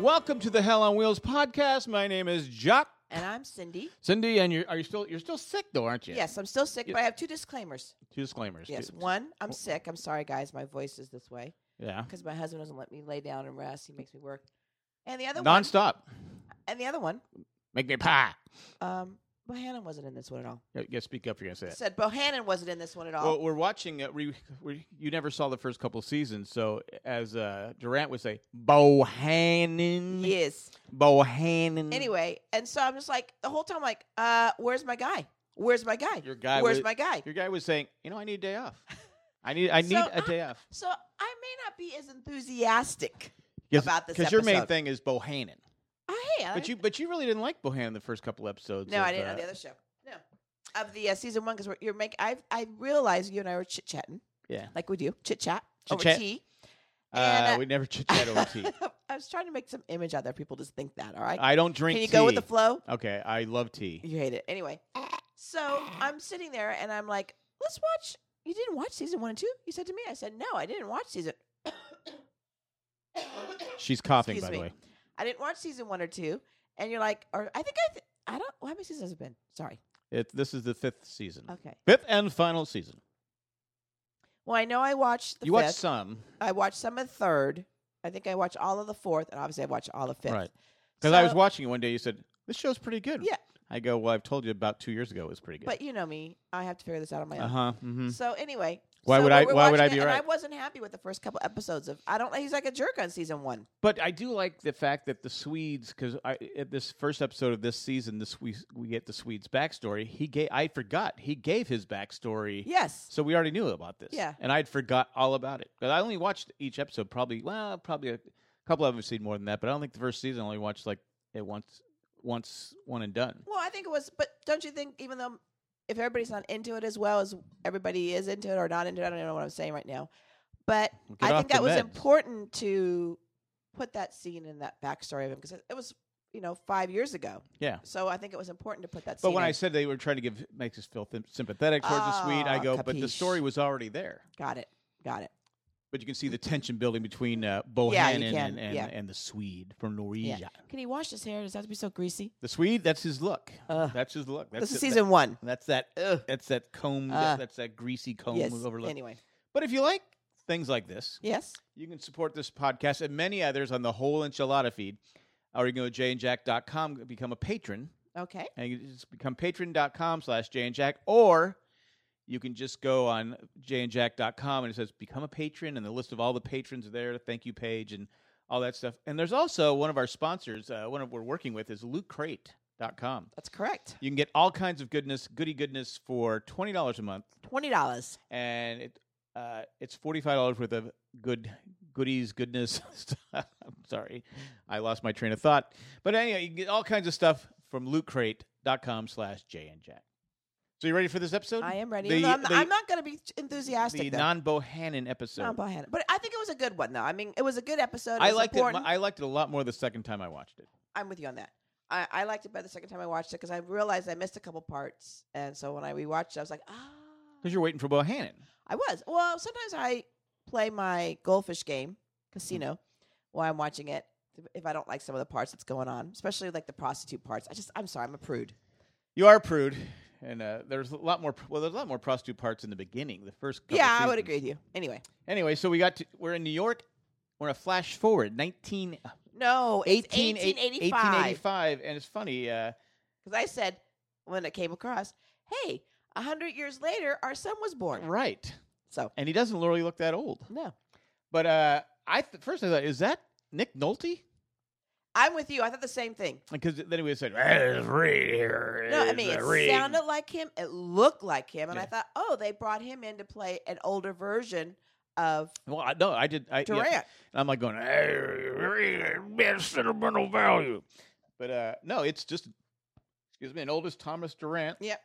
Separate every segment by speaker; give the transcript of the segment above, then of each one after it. Speaker 1: Welcome to the Hell on Wheels podcast. My name is Jock.
Speaker 2: And I'm Cindy.
Speaker 1: Cindy, and you're are you still you're still sick though, aren't you? Oh.
Speaker 2: Yes, I'm still sick,
Speaker 1: Yeah.
Speaker 2: but I have two disclaimers.
Speaker 1: Two disclaimers.
Speaker 2: Yes,
Speaker 1: Two-
Speaker 2: one, I'm
Speaker 1: Well-
Speaker 2: sick. I'm sorry, guys. My voice is this way
Speaker 1: Yeah.
Speaker 2: because my husband doesn't let me lay down and rest. He makes me work. And the other one,
Speaker 1: Nonstop.
Speaker 2: and the other one,
Speaker 1: Make me pie.
Speaker 2: um, Bohannon wasn't in this one at all.
Speaker 1: Yeah, yeah, speak up. You're gonna say that.
Speaker 2: Said Bohannon wasn't in this one at all.
Speaker 1: Well, we're watching. Uh, we, we, you never saw the first couple seasons, so as uh, Durant would say, Bohannon.
Speaker 2: yes.
Speaker 1: Bohannon.
Speaker 2: Anyway, and so I'm just like the whole time, like, uh, where's my guy? Where's my guy?
Speaker 1: your guy.
Speaker 2: where's
Speaker 1: was,
Speaker 2: my guy?
Speaker 1: Your guy was saying, you know, I need a day off. I need. I
Speaker 2: So
Speaker 1: need a
Speaker 2: I-
Speaker 1: day off.
Speaker 2: So I may not be as enthusiastic
Speaker 1: Yes,
Speaker 2: about this
Speaker 1: your main
Speaker 2: episode.
Speaker 1: thing is Bohannon.
Speaker 2: Oh, hey, I-
Speaker 1: But you, but you really didn't like Bohannon the first couple episodes.
Speaker 2: No,
Speaker 1: of,
Speaker 2: I didn't
Speaker 1: uh,
Speaker 2: on the other show. No, of the uh, season one because you're making. I I realized you and I were chit chatting.
Speaker 1: Yeah.
Speaker 2: like we do chit chat over
Speaker 1: Chit-chat.
Speaker 2: tea.
Speaker 1: Uh,
Speaker 2: And, uh,
Speaker 1: we never chit chat over tea.
Speaker 2: I was trying to make some image out there. People just think that. All right.
Speaker 1: I don't drink.
Speaker 2: Can you
Speaker 1: tea.
Speaker 2: go with the flow?
Speaker 1: okay, I love tea.
Speaker 2: You hate it anyway. So I'm sitting there and I'm like, let's watch. You didn't watch season one and two? You said to me. I said no, I didn't watch season.
Speaker 1: She's coughing,
Speaker 2: Excuse
Speaker 1: by the
Speaker 2: me.
Speaker 1: way.
Speaker 2: I didn't watch season one or two. And you're like, or I think I. Th- I don't. How many seasons has it been? Sorry.
Speaker 1: It, this is the fifth season,
Speaker 2: Okay.
Speaker 1: fifth and final season.
Speaker 2: Well, I know I watched the
Speaker 1: you
Speaker 2: fifth.
Speaker 1: watched some
Speaker 2: I watched some of the third. I think I watched all of the fourth, and obviously I watched all of fifth.
Speaker 1: Right. because I was
Speaker 2: So-
Speaker 1: watching it one day. You said this show's pretty good.
Speaker 2: Yeah.
Speaker 1: I go. Well, I've told you about two years ago. It was pretty good.
Speaker 2: But you know me, I have to figure this out on my
Speaker 1: uh
Speaker 2: own.
Speaker 1: huh. hmm
Speaker 2: So anyway,
Speaker 1: Why
Speaker 2: so
Speaker 1: would
Speaker 2: we're-
Speaker 1: I-
Speaker 2: we're
Speaker 1: why would
Speaker 2: watching
Speaker 1: I be
Speaker 2: it, and
Speaker 1: right?
Speaker 2: I wasn't happy with the first couple episodes of. I don't. He's like a jerk on season one.
Speaker 1: But I do like the fact that the Swedes, because at this first episode of this season, this we we get the Swedes' backstory. He gave. I forgot he gave his backstory.
Speaker 2: Yes.
Speaker 1: So we already knew about this.
Speaker 2: Yeah.
Speaker 1: And I'd forgot all about it. But I only watched each episode probably well, probably a couple of them I've seen more than that, but I don't think the first season I only watched like it once once one and done.
Speaker 2: Well, I think it was. But don't you think, even though if everybody's not into it as well as everybody is into it or not into it, I don't know what I'm saying right now. But
Speaker 1: Get
Speaker 2: I
Speaker 1: off
Speaker 2: think
Speaker 1: the
Speaker 2: that was
Speaker 1: meds.
Speaker 2: important to put that scene in that backstory of him because it, it was, you know, five years ago.
Speaker 1: Yeah.
Speaker 2: So I think it was important to put that.
Speaker 1: But
Speaker 2: scene
Speaker 1: when
Speaker 2: in.
Speaker 1: I said they were trying to give makes us feel th- sympathetic towards the Swede, I
Speaker 2: Ah,
Speaker 1: go, but the
Speaker 2: capiche.
Speaker 1: story was already there.
Speaker 2: Got it. Got it.
Speaker 1: But you can see the tension building between uh, Bohannon
Speaker 2: can,
Speaker 1: and, and,
Speaker 2: yeah.
Speaker 1: and the Swede from Norwegia.
Speaker 2: Can he wash his hair? Does that have to be so greasy?
Speaker 1: The Swede, that's his look.
Speaker 2: Ugh.
Speaker 1: That's his look. Uh, That's
Speaker 2: this is
Speaker 1: it.
Speaker 2: season one.
Speaker 1: That- that's that.
Speaker 2: Ugh.
Speaker 1: That's that comb.
Speaker 2: Ah.
Speaker 1: that's that greasy comb
Speaker 2: Yes.
Speaker 1: overlook.
Speaker 2: Anyway.
Speaker 1: But if you like things like this,
Speaker 2: Yes.
Speaker 1: You can support this podcast and many others on the whole enchilada feed. Or you can go to jayandjack.com, become a patron,
Speaker 2: Okay.
Speaker 1: and you just become patron.com slash jayandjack, or you can just go on jayandjack.com and it says become a patron, and the list of all the patrons are there, the thank you page, and all that stuff. And there's also one of our sponsors, uh, one of we're working with is lootcrate.com.
Speaker 2: That's correct.
Speaker 1: You can get all kinds of goodness, goody goodness for $20 a month
Speaker 2: Twenty dollars.
Speaker 1: and it uh, it's forty five dollars worth of good goodies, goodness. stuff. I'm sorry, I lost my train of thought. But anyway, you can get all kinds of stuff from lootcrate.com slash J and Jack. So you ready for this episode?
Speaker 2: I am ready.
Speaker 1: The-
Speaker 2: Although I'm,
Speaker 1: the-
Speaker 2: I'm not going to be enthusiastic.
Speaker 1: the
Speaker 2: though.
Speaker 1: non Bohannon episode.
Speaker 2: No, go ahead. But I think it was a good one, though. I mean, it was a good episode. It
Speaker 1: I
Speaker 2: was
Speaker 1: liked it. mu-
Speaker 2: important.
Speaker 1: I liked it a lot more the second time I watched it.
Speaker 2: I'm with you on that. I, I liked it better the second time I watched it because I realized I missed a couple parts, and so when I rewatched, it, I was like, ah.
Speaker 1: Because you're waiting for Bohannon.
Speaker 2: I was. Well, sometimes I play my goldfish game, casino, while I'm watching it. If I don't like some of the parts that's going on, especially like the prostitute parts, I just I'm sorry, I'm a prude.
Speaker 1: You are a prude, and uh, there's a lot more. Well, there's a lot more prostitute parts in the beginning. The first. Couple
Speaker 2: yeah, I would
Speaker 1: seasons.
Speaker 2: agree with you. Anyway,
Speaker 1: Anyway, so we got to. We're in New York. We're in a flash forward, 19,
Speaker 2: no, it's
Speaker 1: 18
Speaker 2: 1885
Speaker 1: 1885, and it's funny. Uh,
Speaker 2: because I said when it came across, hey, a hundred years later, our son was born.
Speaker 1: right,
Speaker 2: So
Speaker 1: and he doesn't really look that old.
Speaker 2: no,
Speaker 1: But uh, I th- first I thought, is that Nick Nolte?
Speaker 2: I'm with you. I thought the same thing.
Speaker 1: Because then he would say, "It's Reed here.
Speaker 2: No, I
Speaker 1: it's
Speaker 2: mean it
Speaker 1: Reed."
Speaker 2: sounded like him, it looked like him, and I
Speaker 1: Yeah.
Speaker 2: thought, oh, they brought him in to play an older version of
Speaker 1: Well, I, no, I did. I, yeah.
Speaker 2: Durant.
Speaker 1: And I'm like going, "Reed, sentimental value." But uh, no, it's just excuse me, an oldest Thomas Durant.
Speaker 2: Yep.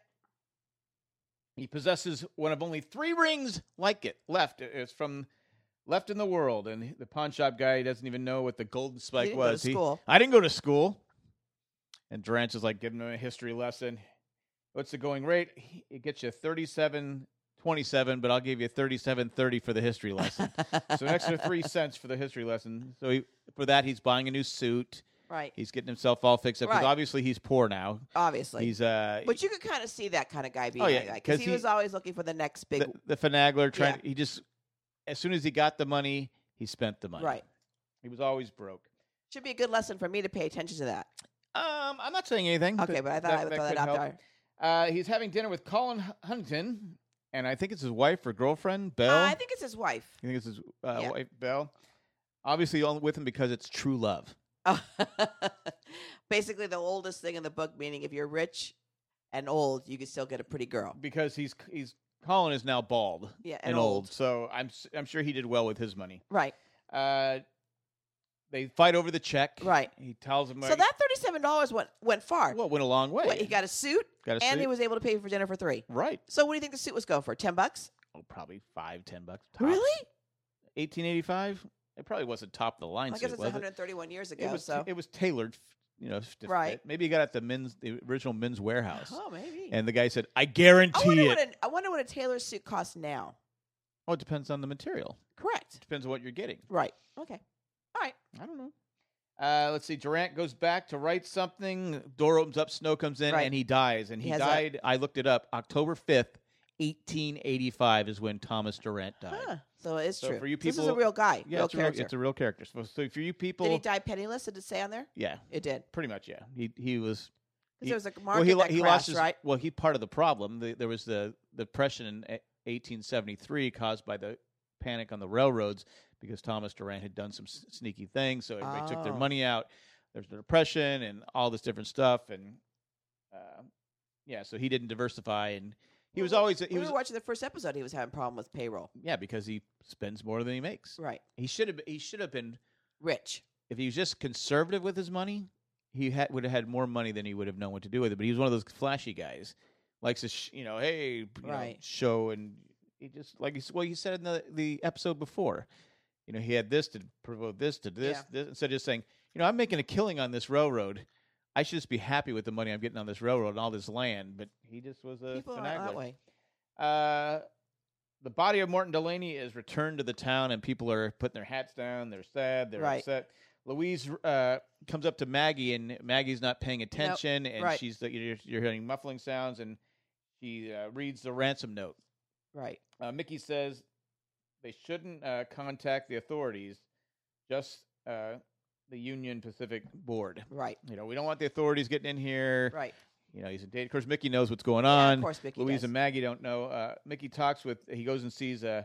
Speaker 1: He possesses one of only three rings like it left. uh, It's from left in the world, and the pawn shop guy doesn't even know what the golden
Speaker 2: He
Speaker 1: spike
Speaker 2: didn't go to
Speaker 1: was. He-
Speaker 2: school.
Speaker 1: I didn't go to school. And Durant's is like giving him a history lesson. What's the going rate? He- It gets you thirty-seven 27, but I'll give you 37.30 for the history lesson. so an extra three cents for the history lesson. So he, for that, he's buying a new suit.
Speaker 2: Right.
Speaker 1: He's getting himself all fixed up because
Speaker 2: Right.
Speaker 1: obviously he's poor now.
Speaker 2: Obviously.
Speaker 1: he's uh,
Speaker 2: but you could kind of see that kind of guy being
Speaker 1: yeah,
Speaker 2: like that because
Speaker 1: 'cause
Speaker 2: he,
Speaker 1: he-
Speaker 2: was always looking for the next big.
Speaker 1: the, the finagler trying.
Speaker 2: Yeah.
Speaker 1: He just as soon as he got the money, he spent the money.
Speaker 2: right.
Speaker 1: He was always broke.
Speaker 2: Should be a good lesson for me to pay attention to that.
Speaker 1: Um, I'm not saying anything.
Speaker 2: Okay, but I thought I would throw
Speaker 1: could
Speaker 2: that out
Speaker 1: help.
Speaker 2: there.
Speaker 1: Uh, he's having dinner with Colin Hu- Huntington, and I think it's his wife or girlfriend, Belle.
Speaker 2: Uh, I think it's his wife.
Speaker 1: you think it's his uh,
Speaker 2: Yeah.
Speaker 1: wife, Belle? Obviously, only with him because it's true love.
Speaker 2: Oh. Basically, the oldest thing in the book, meaning if you're rich and old, you can still get a pretty girl.
Speaker 1: Because he's he's Colin is now bald Mm-hmm. and,
Speaker 2: Yeah, and,
Speaker 1: old. so I'm s- I'm sure he did well with his money.
Speaker 2: Right.
Speaker 1: Uh, they fight over the check.
Speaker 2: Right.
Speaker 1: He tells him.
Speaker 2: So that thirty-seven dollars went went far.
Speaker 1: well went a long way.
Speaker 2: What, he got a suit,
Speaker 1: Got a
Speaker 2: and
Speaker 1: suit.
Speaker 2: he was able to pay for dinner for three.
Speaker 1: right.
Speaker 2: So what do you think the suit was going for? Ten bucks?
Speaker 1: Oh, probably five, ten bucks. tops.
Speaker 2: Really?
Speaker 1: 1885. It probably wasn't top of the line.
Speaker 2: I guess
Speaker 1: suit,
Speaker 2: it's
Speaker 1: was it?
Speaker 2: 131 years ago.
Speaker 1: it was
Speaker 2: so
Speaker 1: it was tailored, you know, to
Speaker 2: Right.
Speaker 1: fit. Maybe he got it at the men's the original men's warehouse,
Speaker 2: oh, maybe.
Speaker 1: and the guy said, "I
Speaker 2: I
Speaker 1: guarantee
Speaker 2: wonder,
Speaker 1: it."
Speaker 2: what a, I wonder what a tailor suit costs now.
Speaker 1: oh, it depends on the material.
Speaker 2: Correct.
Speaker 1: Depends on what you're getting.
Speaker 2: Right. Okay.
Speaker 1: I don't know. Uh, let's see. Durant goes back to write something. Door opens up. Snow comes in,
Speaker 2: Right.
Speaker 1: and he dies. And
Speaker 2: He
Speaker 1: he,
Speaker 2: has a-
Speaker 1: died. I looked it up. October fifth, eighteen eighty-five is when Thomas Durant died.
Speaker 2: Huh. So it's
Speaker 1: So
Speaker 2: true.
Speaker 1: for you
Speaker 2: this is a
Speaker 1: people-
Speaker 2: real guy,
Speaker 1: Yeah,
Speaker 2: real
Speaker 1: it's, a real,
Speaker 2: character.
Speaker 1: it's a real character. So, so for you people,
Speaker 2: did he die penniless? Did it say on there?
Speaker 1: yeah,
Speaker 2: It did.
Speaker 1: pretty much, yeah. He he was
Speaker 2: Because
Speaker 1: He-
Speaker 2: there was a market
Speaker 1: well, he, lo-
Speaker 2: that
Speaker 1: he
Speaker 2: crashed,
Speaker 1: lost his
Speaker 2: right?
Speaker 1: well. He part of the problem. The, there was the the depression in eh, 1873 caused by the panic on the railroads because Thomas Durant had done some s- sneaky things, so everybody took their
Speaker 2: Oh.
Speaker 1: money out. There's the depression and all this different stuff, and uh, yeah, so he didn't diversify, and he was
Speaker 2: Well,
Speaker 1: always he
Speaker 2: we
Speaker 1: was
Speaker 2: were watching the first episode. He was having a problem with payroll.
Speaker 1: yeah because he spends more than he makes.
Speaker 2: Right.
Speaker 1: He should have he should have been
Speaker 2: Rich.
Speaker 1: if he was just conservative with his money, he had, would have had more money than he would have known what to do with it. But he was one of those flashy guys, likes to sh- you know, hey, you know,
Speaker 2: Right.
Speaker 1: show, and he just like he s- well, you said in the the episode before, you know, he had this to provoke this to this,
Speaker 2: Yeah.
Speaker 1: this instead of just saying, you know, I'm making a killing on this railroad. I should just be happy with the money I'm getting on this railroad and all this land, but he just was a
Speaker 2: People are "Oh,
Speaker 1: finagler.
Speaker 2: that way.
Speaker 1: Uh, the body of Morton Delaney is returned to the town, and people are putting their hats down. They're sad. They're
Speaker 2: Right.
Speaker 1: upset. Louise uh, comes up to Maggie, and Maggie's not paying attention, and
Speaker 2: Right.
Speaker 1: she's the, you're, you're hearing muffling sounds, and she uh, reads the ransom note.
Speaker 2: Right.
Speaker 1: Uh, Mickey says they shouldn't uh, contact the authorities, just uh, the Union Pacific Board.
Speaker 2: Right.
Speaker 1: You know, we don't want the authorities getting in here.
Speaker 2: Right.
Speaker 1: You know, he's in danger. Of course, Mickey knows what's going
Speaker 2: Yeah,
Speaker 1: on.
Speaker 2: of course, Mickey
Speaker 1: Louise
Speaker 2: does.
Speaker 1: and Maggie don't know. Uh, Mickey talks with. He goes and sees uh,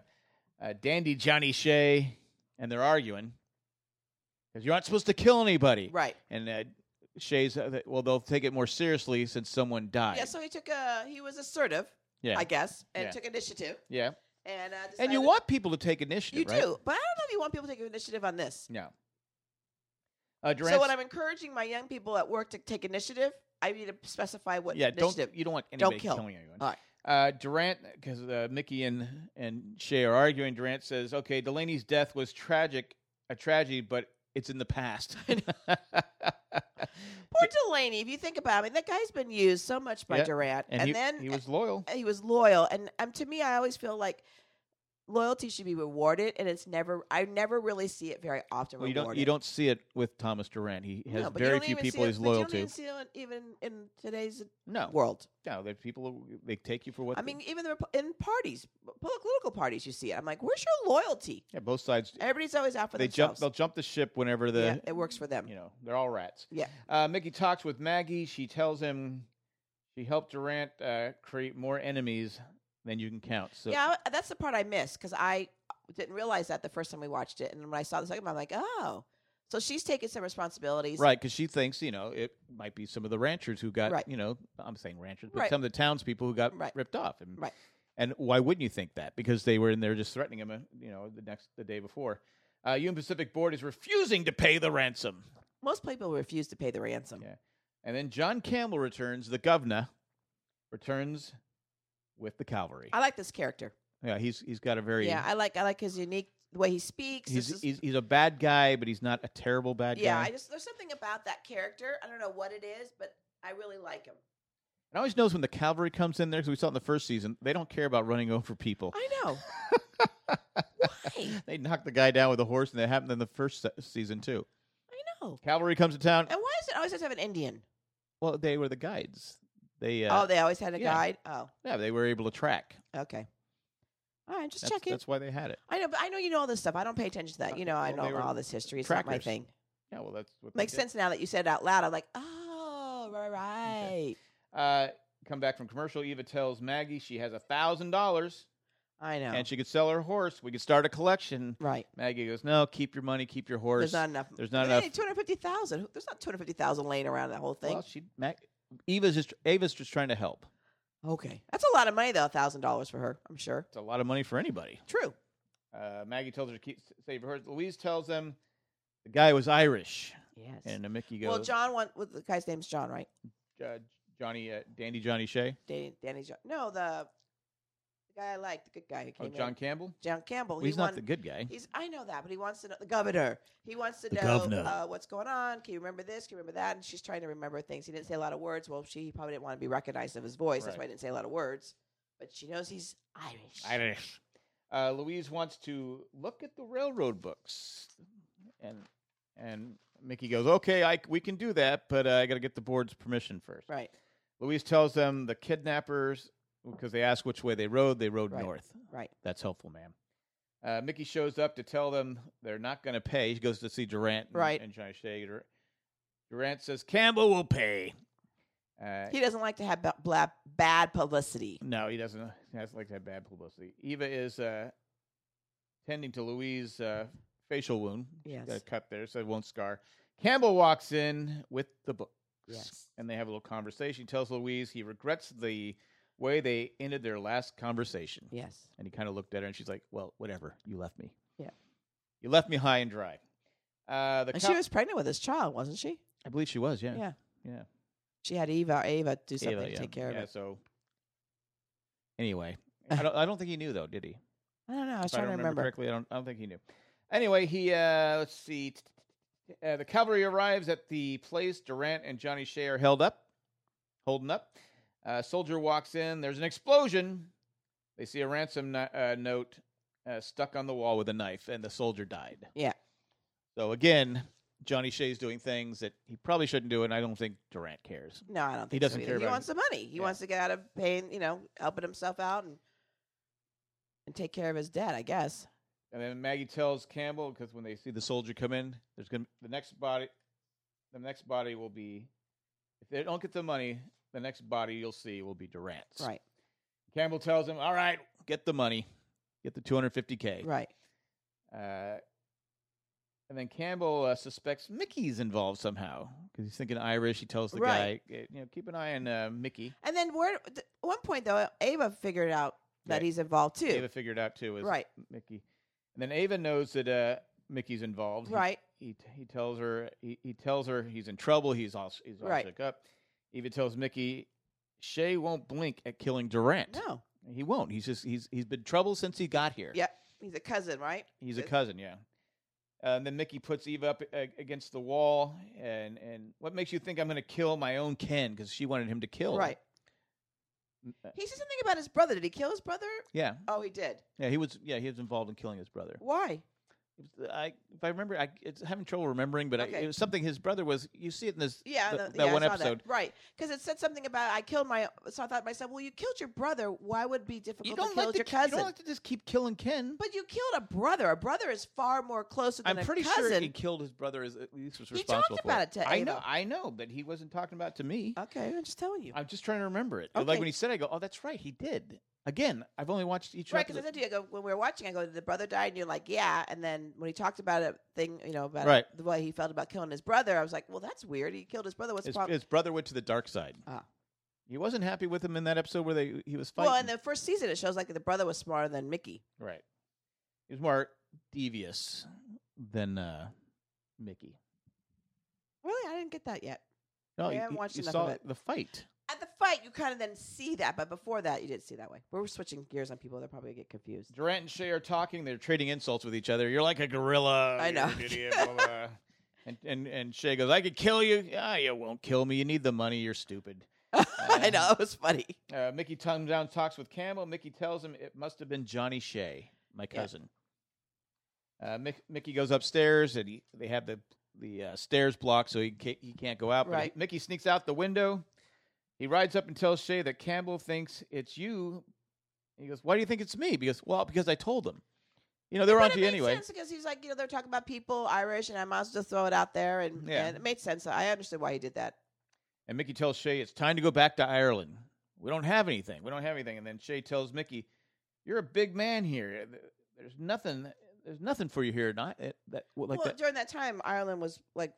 Speaker 1: uh, Dandy Johnny Shea, and they're arguing because you aren't supposed to kill anybody.
Speaker 2: Right.
Speaker 1: And uh, Shea's uh, th- well, they'll take it more seriously since someone died.
Speaker 2: Yeah. So he took a. He was assertive,
Speaker 1: yeah.
Speaker 2: I guess, and
Speaker 1: Yeah.
Speaker 2: took initiative.
Speaker 1: yeah.
Speaker 2: And uh,
Speaker 1: And you
Speaker 2: decided-
Speaker 1: want people to take initiative,
Speaker 2: you
Speaker 1: right?
Speaker 2: do, but I don't know if you want people to take initiative on this.
Speaker 1: Yeah. Uh, Durant's,
Speaker 2: So when I'm encouraging my young people at work to take initiative, I need to specify what
Speaker 1: yeah,
Speaker 2: initiative.
Speaker 1: don't you don't want
Speaker 2: Don't
Speaker 1: anybody
Speaker 2: kill.
Speaker 1: killing anyone.
Speaker 2: All right.
Speaker 1: Uh, Durant, because uh, Mickey and and Shay are arguing. Durant says, "Okay, Delaney's death was tragic, a tragedy, but it's in the past."
Speaker 2: Poor Delaney. If you think about it, I mean, that guy's been used so much by
Speaker 1: Yeah,
Speaker 2: Durant, and,
Speaker 1: and he,
Speaker 2: then
Speaker 1: he was loyal.
Speaker 2: he was loyal and um, to me i always feel like loyalty should be rewarded and it's never i never really see it very often
Speaker 1: Well, you
Speaker 2: rewarded.
Speaker 1: don't you don't see it with Thomas Durant. He has
Speaker 2: No, but you
Speaker 1: very
Speaker 2: don't
Speaker 1: few
Speaker 2: even
Speaker 1: people
Speaker 2: see
Speaker 1: he's
Speaker 2: it, but you
Speaker 1: loyal
Speaker 2: don't
Speaker 1: to.
Speaker 2: even see it even in today's
Speaker 1: No,
Speaker 2: world
Speaker 1: no, there are people who- they take you for what.
Speaker 2: i
Speaker 1: they-
Speaker 2: mean even the, Repu- in parties political parties you see it i'm like where's your loyalty
Speaker 1: yeah, both sides.
Speaker 2: everybody's always out for
Speaker 1: They jump.
Speaker 2: themselves
Speaker 1: They'll jump the ship whenever
Speaker 2: yeah,
Speaker 1: the
Speaker 2: it works for them
Speaker 1: you know they're all rats.
Speaker 2: yeah
Speaker 1: Uh, Mickey talks with Maggie. She tells him she helped Durant uh, create more enemies than you can count. So
Speaker 2: yeah I- that's the part i missed because i didn't realize that the first time we watched it and when i saw the second time i'm like oh so she's taking some responsibilities
Speaker 1: Right, because she thinks you know it might be some of the ranchers who got
Speaker 2: Right.
Speaker 1: you know I'm saying ranchers, but
Speaker 2: Right.
Speaker 1: some of the townspeople who got
Speaker 2: Right.
Speaker 1: ripped off. And,
Speaker 2: Right.
Speaker 1: And why wouldn't you think that? Because they were in there just threatening him. uh, You know, the next the day before. Uh, Union Pacific Board is refusing to pay the ransom,
Speaker 2: most people refuse to pay the ransom
Speaker 1: Yeah. and then John Campbell returns. The governor returns with the cavalry.
Speaker 2: i like this character
Speaker 1: yeah, he's he's got a very
Speaker 2: Yeah, I like I like his unique the way he speaks.
Speaker 1: he's,
Speaker 2: This is-
Speaker 1: he's he's a bad guy, but he's not a terrible bad
Speaker 2: yeah,
Speaker 1: guy.
Speaker 2: I just there's something about that character. I don't know what it is, but I really like him.
Speaker 1: It always knows when the cavalry comes in there because we saw it in the first season. They don't care about running over people.
Speaker 2: I know. Why?
Speaker 1: They knocked the guy down with a horse, and that happened in the first se- season too.
Speaker 2: I know.
Speaker 1: Cavalry comes to town.
Speaker 2: And why does it always have to have an Indian?
Speaker 1: Well, they were the guides. They uh,
Speaker 2: Oh, they always had a
Speaker 1: Yeah.
Speaker 2: guide. Oh,
Speaker 1: yeah, they were able to track.
Speaker 2: okay. All right, just
Speaker 1: That's,
Speaker 2: checking.
Speaker 1: that's why they had it.
Speaker 2: I know, but I know you know all this stuff. I don't pay attention to that. You know, I
Speaker 1: Well, they
Speaker 2: know
Speaker 1: were
Speaker 2: all this history. It's not my
Speaker 1: trackers.
Speaker 2: thing.
Speaker 1: Yeah, well, that's what they
Speaker 2: Makes
Speaker 1: did.
Speaker 2: sense now that you said it out loud. I'm like, oh, right, right.
Speaker 1: Uh, come back from commercial. Eva tells Maggie she has a thousand dollars
Speaker 2: I know.
Speaker 1: and she could sell her horse. We could start a collection.
Speaker 2: right.
Speaker 1: Maggie goes, "No, keep your money, keep your horse."
Speaker 2: There's not enough.
Speaker 1: there's not enough-
Speaker 2: Two hundred fifty thousand. There's not two hundred fifty thousand laying around that whole thing.
Speaker 1: well, she Mag- Eva's just Eva's just trying to help.
Speaker 2: okay, that's a lot of money though. thousand dollars for her, I'm sure.
Speaker 1: It's a lot of money for anybody.
Speaker 2: True.
Speaker 1: Uh, Maggie tells her to keep save her horse. Louise tells them the guy was Irish,
Speaker 2: Yes.
Speaker 1: and uh, Mickey goes,
Speaker 2: well, John. One. Well, the guy's name's John, right?
Speaker 1: uh, "Johnny, uh, Dandy Johnny Shea,
Speaker 2: Danny. Danny John. No, the, the guy I like, the good guy who
Speaker 1: oh,
Speaker 2: came
Speaker 1: John
Speaker 2: in.
Speaker 1: Campbell."
Speaker 2: John Campbell.
Speaker 1: Well,
Speaker 2: he
Speaker 1: he's
Speaker 2: won,
Speaker 1: not the good guy.
Speaker 2: He's I know that, but he wants to know the governor. He wants to
Speaker 1: The
Speaker 2: know
Speaker 1: governor.
Speaker 2: Uh, what's going on. Can you remember this? Can you remember that? And she's trying to remember things. He didn't say a lot of words. Well, she probably didn't want to be recognized of his voice. That's why
Speaker 1: Right.
Speaker 2: he didn't say a lot of words. But she knows he's Irish.
Speaker 1: Irish. Uh, Louise wants to look at the railroad books, and and Mickey goes, "Okay, I c- we can do that, but uh, I got to get the board's permission first.
Speaker 2: Right.
Speaker 1: Louise tells them the kidnappers because they ask which way they rode. They rode
Speaker 2: Right.
Speaker 1: north.
Speaker 2: Right.
Speaker 1: That's helpful, ma'am. Uh, Mickey shows up to tell them they're not going to pay. He goes to see Durant and,
Speaker 2: Right.
Speaker 1: and Johnny Shager. Durant says Campbell will pay. Uh,
Speaker 2: He doesn't like to have ba- bla- bad publicity.
Speaker 1: No, he doesn't. He doesn't like to have bad publicity. Eva is uh, tending to Louise's uh, facial wound. She's
Speaker 2: Yes.
Speaker 1: Got a cut there, so it won't scar. Campbell walks in with the books.
Speaker 2: Yes.
Speaker 1: And they have a little conversation. He tells Louise he regrets the way they ended their last conversation.
Speaker 2: Yes.
Speaker 1: And he kind of looked at her, and she's like, well, whatever. You left me.
Speaker 2: Yeah.
Speaker 1: You left me high and dry. Uh, the
Speaker 2: And
Speaker 1: cop-
Speaker 2: she was pregnant with his child, wasn't she?
Speaker 1: I believe she was, yeah.
Speaker 2: Yeah.
Speaker 1: Yeah.
Speaker 2: She had Eva Ava do something
Speaker 1: Eva,
Speaker 2: to
Speaker 1: yeah.
Speaker 2: take care
Speaker 1: Yeah,
Speaker 2: of it.
Speaker 1: so anyway. I don't, I don't think he knew, though, did he?
Speaker 2: I don't know. I was
Speaker 1: If
Speaker 2: trying
Speaker 1: I
Speaker 2: to
Speaker 1: don't
Speaker 2: remember.
Speaker 1: correctly. I don't, I don't think he knew. Anyway, he uh, let's see. t- t- t- Uh, the cavalry arrives at the place. Durant and Johnny Shea are held up, holding up. Uh, soldier walks in. There's an explosion. They see a ransom ni- uh, note uh, stuck on the wall with a knife, and the soldier died.
Speaker 2: Yeah.
Speaker 1: So again, Johnny Shea's doing things that he probably shouldn't do, and I don't think Durant cares.
Speaker 2: No, I don't think
Speaker 1: He doesn't
Speaker 2: so
Speaker 1: care
Speaker 2: either. He
Speaker 1: about
Speaker 2: wants the money. He
Speaker 1: Yeah.
Speaker 2: wants to get out of paying, you know, helping himself out and and take care of his debt, I guess.
Speaker 1: And then Maggie tells Campbell because when they see the soldier come in, there's gonna the next body, the next body will be, if they don't get the money, the next body you'll see will be Durant's.
Speaker 2: Right.
Speaker 1: Campbell tells him, "All right, get the money, get the 250k."
Speaker 2: Right.
Speaker 1: Uh, and then Campbell uh, suspects Mickey's involved somehow because he's thinking Irish. He tells the
Speaker 2: Right.
Speaker 1: guy, eh, "You know, keep an eye on uh, Mickey."
Speaker 2: And then where th- at one point though, Ava figured out that
Speaker 1: Right.
Speaker 2: he's involved too.
Speaker 1: Ava figured out too is
Speaker 2: Right.
Speaker 1: Mickey, and then Ava knows that uh, Mickey's involved. He-
Speaker 2: Right.
Speaker 1: he he tells her he, he tells her he's in trouble. He's all he's all
Speaker 2: Right.
Speaker 1: shook up. Eva tells Mickey, Shay won't blink at killing Durant.
Speaker 2: No.
Speaker 1: He won't. He's just he's he's been trouble since he got here.
Speaker 2: Yeah. He's a cousin, right?
Speaker 1: he's a
Speaker 2: Yes.
Speaker 1: cousin. Yeah. Uh, and then Mickey puts Eva up uh, against the wall, and and what makes you think I'm going to kill my own Ken because she wanted him to kill? her.
Speaker 2: Right.
Speaker 1: Uh,
Speaker 2: He said something about his brother. Did he kill his brother?
Speaker 1: Yeah,
Speaker 2: Oh, he did.
Speaker 1: yeah. He was yeah he was involved in killing his brother.
Speaker 2: Why?
Speaker 1: I if I remember, I it's having trouble remembering, but I,
Speaker 2: Okay.
Speaker 1: it was something his brother was. You see it in this
Speaker 2: Yeah,
Speaker 1: the-
Speaker 2: the-
Speaker 1: that
Speaker 2: yeah, I
Speaker 1: one
Speaker 2: saw
Speaker 1: episode.
Speaker 2: right? Because it said something about I killed my. So I thought to myself, well, you killed your brother. Why would it be difficult
Speaker 1: you don't
Speaker 2: to kill
Speaker 1: like
Speaker 2: your
Speaker 1: to,
Speaker 2: cousin?
Speaker 1: You don't like to just keep killing Ken.
Speaker 2: but you killed a brother. A brother is far more closer
Speaker 1: I'm
Speaker 2: than
Speaker 1: pretty
Speaker 2: a cousin.
Speaker 1: sure he killed his brother. Is at least was
Speaker 2: He talked
Speaker 1: responsible for
Speaker 2: about
Speaker 1: it.
Speaker 2: it to
Speaker 1: I
Speaker 2: Ava.
Speaker 1: know, I know, but he wasn't talking about it to me.
Speaker 2: okay, I'm just telling you.
Speaker 1: I'm just trying to remember it.
Speaker 2: Okay.
Speaker 1: Like when he said, I go, "Oh, that's right, he did." Again, I've only watched each
Speaker 2: Right, because I
Speaker 1: episode.
Speaker 2: said to you, I go, when we were watching, I go, the brother died, and you're like, yeah. And then when he talked about a thing, you know, about
Speaker 1: Right.
Speaker 2: the way he felt about killing his brother, I was like, well, that's weird. He killed his brother. What's the
Speaker 1: His,
Speaker 2: problem?
Speaker 1: his brother went to the dark side.
Speaker 2: Ah.
Speaker 1: He wasn't happy with him in that episode where they he was fighting.
Speaker 2: well, in the first season, it shows like the brother was smarter than Mickey.
Speaker 1: right, he was more devious than uh, Mickey.
Speaker 2: Really, I didn't get that yet.
Speaker 1: No,
Speaker 2: Yeah, I
Speaker 1: you,
Speaker 2: haven't
Speaker 1: you-
Speaker 2: watched
Speaker 1: you
Speaker 2: enough
Speaker 1: saw
Speaker 2: of it.
Speaker 1: the fight.
Speaker 2: At the fight, you kind of then see that, but before that, you didn't see it that way. We're switching gears on people; they'll probably get confused.
Speaker 1: Durant and Shay are talking. They're trading insults with each other. You're like a gorilla.
Speaker 2: I know.
Speaker 1: you're an idiot, blah, blah, blah. And, and and Shay goes, I could kill you. Ah, you won't kill me. You need the money. You're stupid.
Speaker 2: I know that was funny.
Speaker 1: Uh, Mickey comes down, talks with Campbell. Mickey tells him it must have been Johnny Shea, my
Speaker 2: Yeah.
Speaker 1: cousin. Uh, Mick, Mickey goes upstairs, and he, they have the the uh, stairs blocked, so he can't, he can't go out. But
Speaker 2: Right.
Speaker 1: Mickey sneaks out the window. He rides up and tells Shea that Campbell thinks it's you. He goes, "Why do you think it's me?" Because well, because I told him. You know, they were
Speaker 2: But
Speaker 1: onto
Speaker 2: it
Speaker 1: you
Speaker 2: made
Speaker 1: anyway.
Speaker 2: sense because he's like, you know, they're talking about people Irish, and I might as well throw it out there, and,
Speaker 1: Yeah.
Speaker 2: and it made sense. I understood why he did that.
Speaker 1: And Mickey tells Shay it's time to go back to Ireland. We don't have anything. We don't have anything. And then Shay tells Mickey, "You're a big man here. There's nothing. There's nothing for you here. Not eh, that well, like
Speaker 2: well,
Speaker 1: that
Speaker 2: during that time, Ireland was like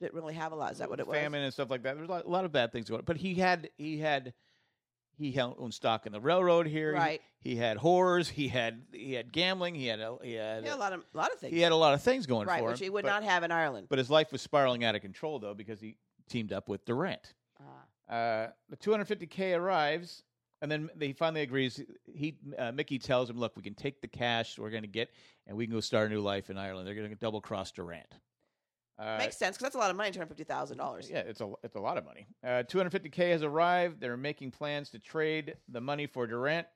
Speaker 2: didn't really have a lot. Is that what it was?
Speaker 1: famine and stuff like that. There's a lot, a lot of bad things going. on. But he had he had he held- owned stock in the railroad here. He-
Speaker 2: Right.
Speaker 1: He, had whores. He had he had gambling. He had a, he had
Speaker 2: Yeah, a lot of a lot of things.
Speaker 1: he had a lot of things going
Speaker 2: right,
Speaker 1: for
Speaker 2: which
Speaker 1: him.
Speaker 2: he would
Speaker 1: but,
Speaker 2: not have in Ireland.
Speaker 1: But his life was spiraling out of control though because he teamed up with Durant.
Speaker 2: Ah.
Speaker 1: Uh, the 250k arrives, and then he finally agrees. He uh, Mickey tells him, "Look, we can take the cash we're going to get, and we can go start a new life in Ireland. They're going to double cross Durant." Uh,
Speaker 2: Makes sense because that's a lot of money, two hundred fifty thousand dollars.
Speaker 1: yeah, it's a it's a lot of money. Uh, 250k has arrived. They're making plans to trade the money for Durant.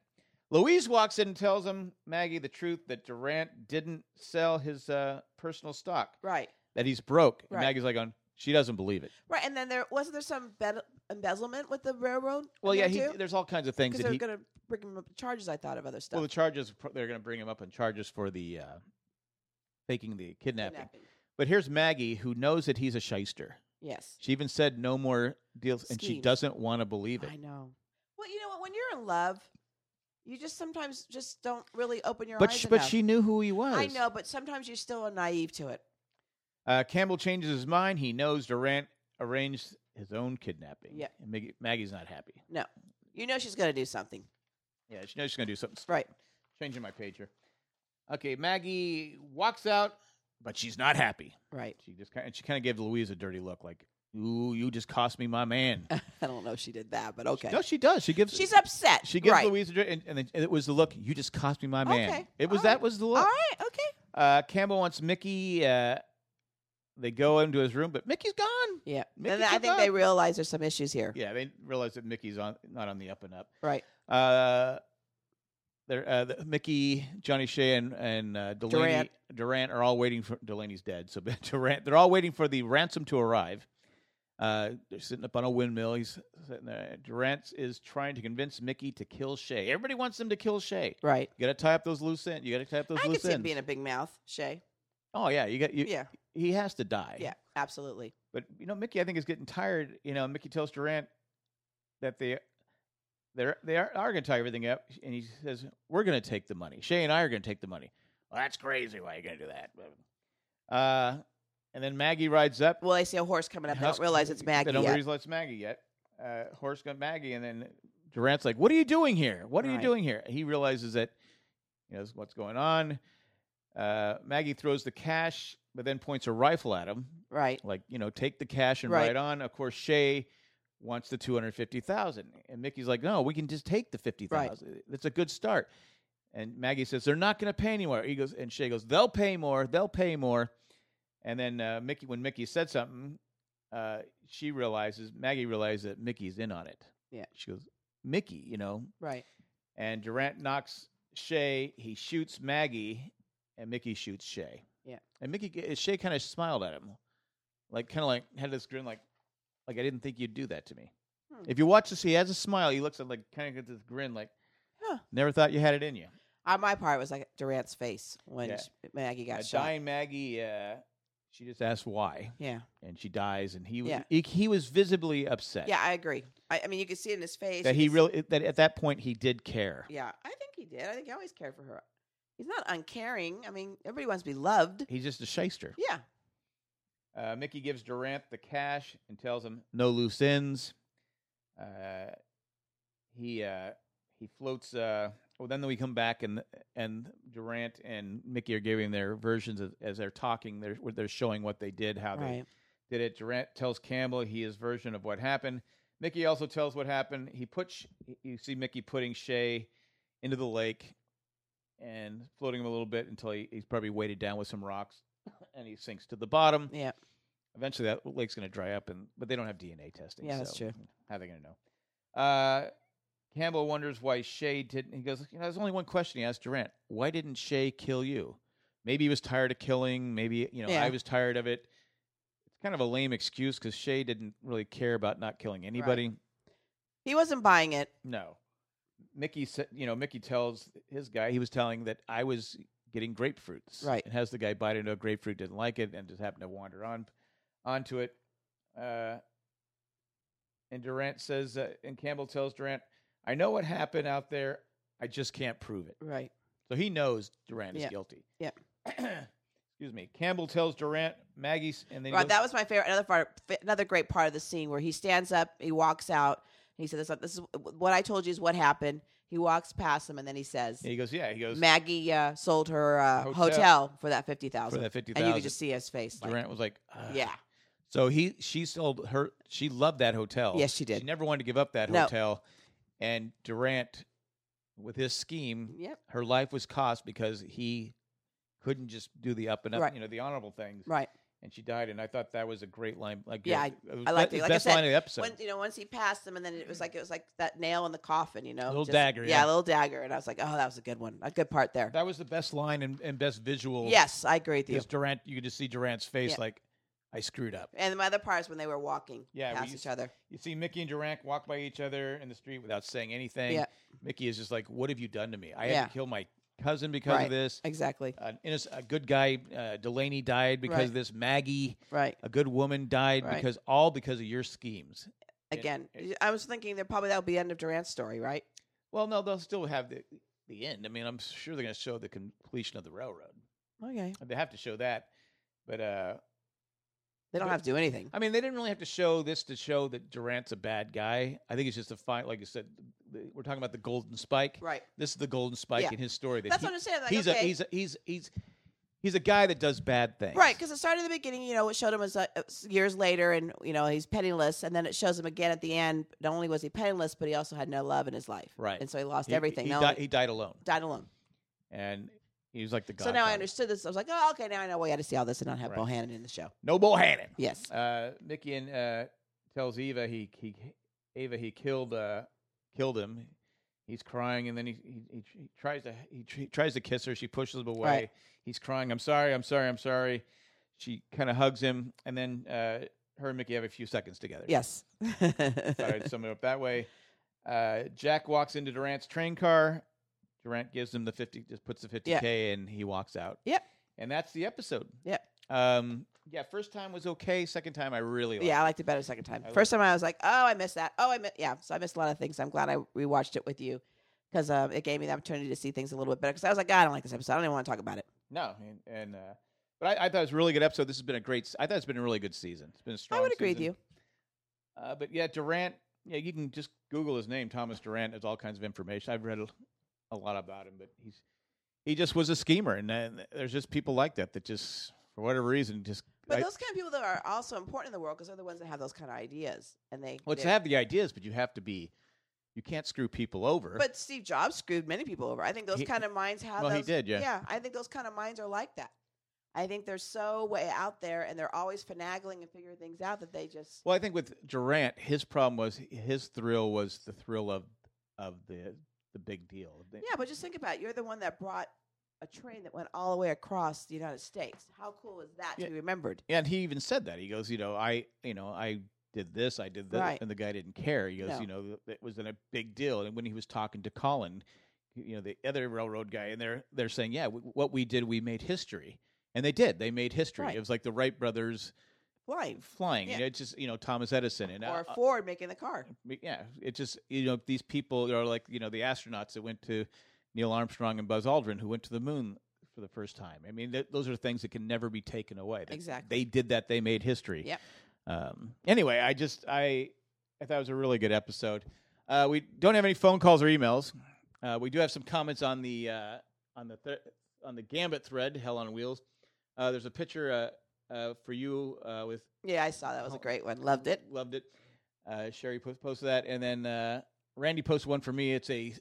Speaker 1: Louise walks in and tells him Maggie the truth that Durant didn't sell his uh, personal stock,
Speaker 2: Right,
Speaker 1: that he's broke. And
Speaker 2: Right.
Speaker 1: Maggie's like, "On she doesn't believe it."
Speaker 2: right. And then there wasn't there some bed- embezzlement with the railroad.
Speaker 1: Well, yeah, he,
Speaker 2: he
Speaker 1: there's all kinds of things that
Speaker 2: because they're
Speaker 1: he
Speaker 2: going to bring him up with charges. I thought of other stuff.
Speaker 1: Well, the charges pro- they're going to bring him up on charges for the uh, faking the kidnapping.
Speaker 2: Kidnapping.
Speaker 1: But here's Maggie, who knows that he's a shyster.
Speaker 2: Yes,
Speaker 1: She even said no more deals, and she
Speaker 2: Schemes.
Speaker 1: doesn't want to believe it.
Speaker 2: I know. Well, you know what? When you're in love, you just sometimes just don't really open your
Speaker 1: But
Speaker 2: eyes.
Speaker 1: sh- but
Speaker 2: enough.
Speaker 1: she knew who he was.
Speaker 2: I know, but sometimes you're still naive to it.
Speaker 1: Uh, Campbell changes his mind. He knows Durant arranged his own kidnapping.
Speaker 2: Yeah.
Speaker 1: And Maggie, Maggie's not happy.
Speaker 2: You know she's going to do something.
Speaker 1: Yeah, she knows she's going to do something. stupid.
Speaker 2: Right.
Speaker 1: Changing my pager. Okay, Maggie walks out, but she's not happy.
Speaker 2: Right.
Speaker 1: She just kind of, she kind of gave Louise a dirty look, like, "Ooh, you just cost me my man."
Speaker 2: I don't know if she did that, but okay.
Speaker 1: No, she does. She gives.
Speaker 2: She's upset.
Speaker 1: She gives
Speaker 2: right.
Speaker 1: Louise a drink, and, and then it was the look. You just cost me my man.
Speaker 2: Okay.
Speaker 1: It was
Speaker 2: All
Speaker 1: that
Speaker 2: right.
Speaker 1: was the
Speaker 2: All
Speaker 1: look.
Speaker 2: right. Okay.
Speaker 1: Uh, Campbell wants Mickey. Uh, they go into his room, but Mickey's gone.
Speaker 2: Yeah.
Speaker 1: Mickey
Speaker 2: and then I
Speaker 1: took
Speaker 2: think
Speaker 1: off.
Speaker 2: they realize there's some issues here.
Speaker 1: Yeah, they realize that Mickey's on not on the up and up.
Speaker 2: Right.
Speaker 1: Uh, there, uh, the, Mickey, Johnny Shea, and and uh, Delaney
Speaker 2: Durant.
Speaker 1: Durant are all waiting for Delaney's dead. So Durant, they're all waiting for the ransom to arrive. Uh, they're sitting up on a windmill. He's sitting there. Durant is trying to convince Mickey to kill Shea. Everybody wants him to kill Shea.
Speaker 2: Right.
Speaker 1: You got to tie up those loose ends. You got to tie up those
Speaker 2: I could
Speaker 1: loose
Speaker 2: see him
Speaker 1: ends.
Speaker 2: being a big mouth, Shay.
Speaker 1: oh yeah, you got you.
Speaker 2: yeah.
Speaker 1: He has to die.
Speaker 2: Yeah. Absolutely.
Speaker 1: but you know, Mickey, I think is getting tired. You know, Mickey tells Durant that they they're they are, are going to tie everything up, and he says we're going to take the money. Shay and I are going to take the money. Well, that's crazy. Why are you going to do that? Uh, and then Maggie rides up.
Speaker 2: Well, they see a horse coming up. They don't
Speaker 1: Husk-
Speaker 2: realize it's Maggie
Speaker 1: They don't
Speaker 2: yet.
Speaker 1: realize it's Maggie yet. Uh, horse got Maggie, and then Durant's like, "What are you doing here? What are you
Speaker 2: Right.
Speaker 1: doing here?" He realizes that you know this is what's going on. Uh, Maggie throws the cash, but then points a rifle at him.
Speaker 2: Right.
Speaker 1: Like you know, take the cash and
Speaker 2: Right.
Speaker 1: ride on. Of course, Shay wants the two hundred fifty thousand, and Mickey's like, "No, we can just take the fifty thousand. That's a good start." And Maggie says, "They're not going to pay anymore." He goes, and Shay goes, "They'll pay more. They'll pay more." And then uh, Mickey, when Mickey said something, uh, she realizes Maggie realizes that Mickey's in on it.
Speaker 2: Yeah.
Speaker 1: she goes, "Mickey, you know."
Speaker 2: Right.
Speaker 1: And Durant knocks Shay. He shoots Maggie, and Mickey shoots Shay.
Speaker 2: Yeah.
Speaker 1: and Mickey g- Shay kind of smiled at him, like kind of like had this grin, like like I didn't think you'd do that to me.
Speaker 2: Hmm.
Speaker 1: If you watch this, he has a smile. He looks at like kind of gets this grin, like
Speaker 2: Huh.
Speaker 1: never thought you had it in you.
Speaker 2: On Uh, my part, it was like Durant's face when
Speaker 1: Yeah.
Speaker 2: sh Maggie got
Speaker 1: Uh,
Speaker 2: shot.
Speaker 1: dying Maggie, uh, she just asked why,
Speaker 2: Yeah.
Speaker 1: and she dies, and he was
Speaker 2: Yeah.
Speaker 1: he, he was visibly upset.
Speaker 2: Yeah. I agree. I, I mean, you could see it in his face.
Speaker 1: that
Speaker 2: you
Speaker 1: he
Speaker 2: could
Speaker 1: really that at that point he did care.
Speaker 2: Yeah, I think he did. I think he always cared for her. He's not uncaring. I mean, everybody wants to be loved.
Speaker 1: He's just a shyster.
Speaker 2: Yeah,
Speaker 1: Uh, Mickey gives Durant the cash and tells him no loose ends. Uh, he uh, he floats. Uh, well, then we come back and and Durant and Mickey are giving their versions of, as they're talking. They're where they're showing what they did, how they
Speaker 2: right.
Speaker 1: did it. Durant tells Campbell he his version of what happened. Mickey also tells what happened. He puts you see Mickey putting Shay into the lake and floating him a little bit until he, he's probably weighted down with some rocks and he sinks to the bottom.
Speaker 2: Yeah.
Speaker 1: Eventually that lake's going to dry up and but they don't have DNA testing.
Speaker 2: Yeah, that's
Speaker 1: so
Speaker 2: true.
Speaker 1: How are they going to know? Uh, Campbell wonders why Shea didn't. He goes, you know, there's only one question he asked Durant: Why didn't Shea kill you? Maybe he was tired of killing. Maybe you know,
Speaker 2: Yeah.
Speaker 1: I was tired of it. It's kind of a lame excuse because Shea didn't really care about not killing anybody.
Speaker 2: He wasn't buying it.
Speaker 1: No. Mickey said, you know, Mickey tells his guy, he was telling that I was getting grapefruits.
Speaker 2: Right.
Speaker 1: And has the guy bite into a grapefruit, didn't like it, and just happened to wander on onto it. Uh, and Durant says, uh, and Campbell tells Durant, I know what happened out there. I just can't prove it.
Speaker 2: Right.
Speaker 1: So he knows Durant is
Speaker 2: Yeah.
Speaker 1: guilty.
Speaker 2: Yeah.
Speaker 1: Excuse me. Campbell tells Durant, Maggie's, and then he
Speaker 2: Right,
Speaker 1: goes-
Speaker 2: that was my favorite. Another part, fa- another great part of the scene where he stands up, he walks out, and he says, "This, this is what I told you is what happened." He walks past him, and then he says,
Speaker 1: he goes, yeah, he goes
Speaker 2: "Maggie uh, sold her uh,
Speaker 1: Hotel.
Speaker 2: hotel. for that fifty
Speaker 1: for
Speaker 2: thousand,
Speaker 1: that fifty
Speaker 2: and you
Speaker 1: thousand. uh,
Speaker 2: could just see his face. Like,
Speaker 1: Durant was like, "Ugh."
Speaker 2: yeah,
Speaker 1: So he she sold her she loved that hotel.
Speaker 2: Yes, she did.
Speaker 1: She never wanted to give up that
Speaker 2: No.
Speaker 1: hotel. And Durant with his scheme,
Speaker 2: yep,
Speaker 1: her life was cost because he couldn't just do the up and up,
Speaker 2: Right.
Speaker 1: you know, the honorable things.
Speaker 2: right.
Speaker 1: And she died and I thought that was a great line like
Speaker 2: Yeah,
Speaker 1: it was
Speaker 2: I liked
Speaker 1: be-
Speaker 2: it. Like I
Speaker 1: best
Speaker 2: said,
Speaker 1: line of the episode.
Speaker 2: When you know, once he passed him, and then it was like it was like that nail in the coffin, you know,
Speaker 1: Mm-hmm. Little dagger,
Speaker 2: yeah,
Speaker 1: yeah.
Speaker 2: a little dagger, and I was like, oh, that was a good one, a good part there.
Speaker 1: that was the best line and, and best visual.
Speaker 2: yes, I agree with you.
Speaker 1: Because Durant you could just see Durant's face
Speaker 2: Yeah.
Speaker 1: like I screwed up.
Speaker 2: And my other part is when they were walking
Speaker 1: Yeah, we
Speaker 2: past
Speaker 1: used-
Speaker 2: each other.
Speaker 1: You see Mickey and Durant walk by each other in the street without saying anything.
Speaker 2: Yeah.
Speaker 1: Mickey is just like, What have you done to me? I
Speaker 2: Yeah.
Speaker 1: had to kill my cousin because
Speaker 2: Right.
Speaker 1: of this.
Speaker 2: Exactly.
Speaker 1: an innocent, a good guy, uh, Delaney died because
Speaker 2: Right.
Speaker 1: of this. Maggie,
Speaker 2: Right.
Speaker 1: a good woman, died
Speaker 2: Right.
Speaker 1: because all because of your schemes. And
Speaker 2: Again,
Speaker 1: it-
Speaker 2: I was thinking that probably that would be the end of Durant's story, right?
Speaker 1: Well, no, they'll still have the the end. I mean, I'm sure they're going to show the completion of the railroad.
Speaker 2: Okay.
Speaker 1: They have to show that, but uh,
Speaker 2: They don't
Speaker 1: But-
Speaker 2: have to do anything.
Speaker 1: I mean, they didn't really have to show this to show that Durant's a bad guy. I think it's just a fine. Like I said, the- we're talking about the golden spike.
Speaker 2: Right.
Speaker 1: This is the golden spike
Speaker 2: Yeah.
Speaker 1: in his story. That
Speaker 2: That's
Speaker 1: he-
Speaker 2: what I'm saying. Like,
Speaker 1: he's
Speaker 2: okay.
Speaker 1: a he's a, he's he's he's a guy that does bad things.
Speaker 2: Right, because it started at the beginning, you know, it showed him as uh, years later, and you know he's penniless, and then it shows him again at the end. Not only was he penniless, but he also had no love in his life,
Speaker 1: Right.
Speaker 2: And so he lost
Speaker 1: He-
Speaker 2: everything.
Speaker 1: He,
Speaker 2: Not
Speaker 1: died,
Speaker 2: only-
Speaker 1: he died alone,
Speaker 2: died alone.
Speaker 1: and he was like the.
Speaker 2: So now I
Speaker 1: Godfather.
Speaker 2: understood this. I was like, oh, okay, now I know why you had to see all this and not have
Speaker 1: Right.
Speaker 2: Bohannon in the show.
Speaker 1: No Bohannon.
Speaker 2: Yes,
Speaker 1: Uh, Mickey and uh, tells Eva he, he Eva he killed uh, killed him. He's crying, and then he he, he, tr- he tries to he, tr- he tries to kiss her. She pushes him away.
Speaker 2: Right.
Speaker 1: He's crying. I'm sorry. I'm sorry. I'm sorry. She kind of hugs him, and then uh, her and Mickey have a few seconds together.
Speaker 2: yes.
Speaker 1: Thought I'd sum it up that way. Uh, Jack walks into Durant's train car. Durant gives him the fifty, just puts the fifty k, and he walks out.
Speaker 2: Yep.
Speaker 1: And that's the episode.
Speaker 2: Yep.
Speaker 1: Um. Yeah. First time was okay. Second time, I really. liked
Speaker 2: Yeah, I liked it better the second time.
Speaker 1: I
Speaker 2: First time I was like, oh, I missed that. Oh, I missed. Yeah, so I missed a lot of things. I'm glad I rewatched it with you because um, it gave me the opportunity to see things a little bit better. Because I was like, God, I don't like this episode. I don't even want to talk about it.
Speaker 1: No, and, and uh, but I, I thought it was a really good episode. This has been a great. s- I thought it's been a really good season. It's been a strong.
Speaker 2: I would agree with
Speaker 1: season.
Speaker 2: you.
Speaker 1: Uh, but yeah, Durant. Yeah, you can just Google his name, Thomas Durant. There's all kinds of information. I've read a, a lot about him, but he's he just was a schemer, and uh, there's just people like that that just for whatever reason just.
Speaker 2: But
Speaker 1: I-
Speaker 2: those kind of people that are also important in the world because they're the ones that have those kind of ideas and they.
Speaker 1: well, it's
Speaker 2: they-
Speaker 1: to have the ideas, but you have to be. You can't screw people over.
Speaker 2: But Steve Jobs screwed many people over. I think those
Speaker 1: He-
Speaker 2: kind of minds have.
Speaker 1: well, he
Speaker 2: those,
Speaker 1: did, yeah.
Speaker 2: Yeah, I think those kind of minds are like that. I think they're so way out there and they're always finagling and figuring things out that they just.
Speaker 1: well, I think with Durant, his problem was his thrill was the thrill of of the the big deal. The-
Speaker 2: Yeah, but just think about it. You're the one that brought a train that went all the way across the United States. How cool is that
Speaker 1: Yeah.
Speaker 2: to be remembered?
Speaker 1: and he even said that he goes you know i you know i did this i did that
Speaker 2: Right.
Speaker 1: and the guy didn't care he goes
Speaker 2: No.
Speaker 1: you know th- it wasn't a big deal and when he was talking to colin you know the other railroad guy and they're they're saying yeah w- what we did we made history and they did they made history
Speaker 2: Right.
Speaker 1: it was like the wright brothers
Speaker 2: Flying.
Speaker 1: flying you
Speaker 2: Yeah.
Speaker 1: know it's just you know thomas edison and
Speaker 2: Or
Speaker 1: uh,
Speaker 2: Ford making the car.
Speaker 1: but yeah, it just you know these people are like you know the astronauts that went to Neil Armstrong and Buzz Aldrin who went to the moon for the first time. I mean, th- those are things that can never be taken away. That-
Speaker 2: Exactly.
Speaker 1: they did that. They made history.
Speaker 2: Yep.
Speaker 1: Um, anyway, I just I I thought it was a really good episode. Uh, we don't have any phone calls or emails. Uh, we do have some comments on the uh, on the th- on the Gambit thread, Hell on Wheels. Uh, there's a picture uh, uh, for you uh, with
Speaker 2: Yeah, I saw that. was a
Speaker 1: Oh.
Speaker 2: great one. Loved it.
Speaker 1: Loved it. Uh, Sherry po- posted that, and then uh, Randy posted one for me. It's a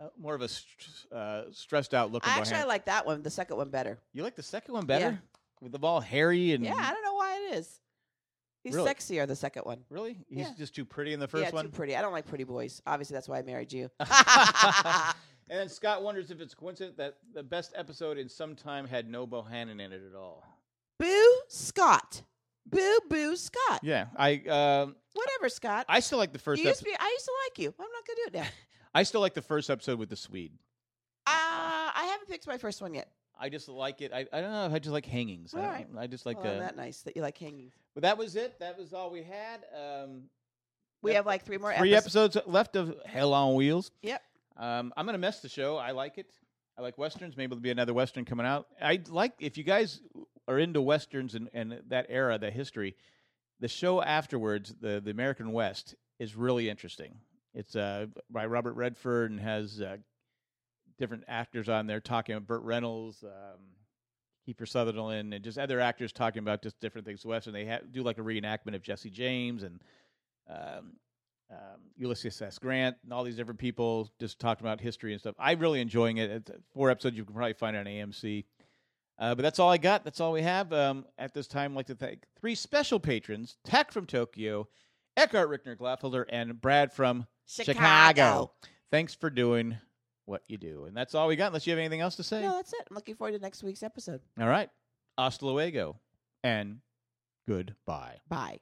Speaker 1: uh, more of a st- uh, stressed out look. of
Speaker 2: I actually I
Speaker 1: Bohan-
Speaker 2: like that one, the second one better.
Speaker 1: you like the second one better with the ball hairy and
Speaker 2: Yeah, I don't know why it is. He's
Speaker 1: Really?
Speaker 2: sexier the second one.
Speaker 1: Really? He's
Speaker 2: Yeah.
Speaker 1: just too pretty in the first
Speaker 2: yeah,
Speaker 1: one.
Speaker 2: too pretty. I don't like pretty boys. Obviously, that's why I married you.
Speaker 1: and then Scott wonders if it's a coincidence that the best episode in some time had no Bohannon in it at all.
Speaker 2: boo Scott. Boo boo Scott.
Speaker 1: Yeah, I um
Speaker 2: Whatever Scott.
Speaker 1: I still like the first.
Speaker 2: you used
Speaker 1: epi-
Speaker 2: to be. I used to like you. I'm not gonna do it now.
Speaker 1: I still like the first episode with the Swede.
Speaker 2: Uh, I haven't picked my first one yet.
Speaker 1: I just like it. I, I don't know. I just like hangings. I,
Speaker 2: All
Speaker 1: don't- I just like
Speaker 2: Well,
Speaker 1: uh,
Speaker 2: that nice that you like hanging.
Speaker 1: But that was it. That was all we had. Um,
Speaker 2: We
Speaker 1: Yep.
Speaker 2: have like three more
Speaker 1: three
Speaker 2: episodes.
Speaker 1: episodes left of Hell on Wheels.
Speaker 2: Yep.
Speaker 1: Um, I'm gonna mess the show. I like it. I like westerns. Maybe there'll be another western coming out. I like if you guys are into westerns and, and that era, that history. The show afterwards, the the American West, is really interesting. It's uh, by Robert Redford and has uh, different actors on there talking about Burt Reynolds, um, Kiefer Sutherland, and just other actors talking about just different things. West, and they ha- do like a reenactment of Jesse James and um, um, Ulysses S. Grant and all these different people just talking about history and stuff. I'm really enjoying it. It's uh, four episodes you can probably find on AMC. Uh, but that's all I got. That's all we have um, at this time. I'd like to thank three special patrons: Tech from Tokyo, Eckhart Rickner Glafelder, and Brad from Chicago. Thanks for doing what you do. And that's all we got, unless you have anything else to say.
Speaker 2: No, that's it. I'm looking forward to next week's episode.
Speaker 1: All right. Hasta luego and goodbye.
Speaker 2: Bye.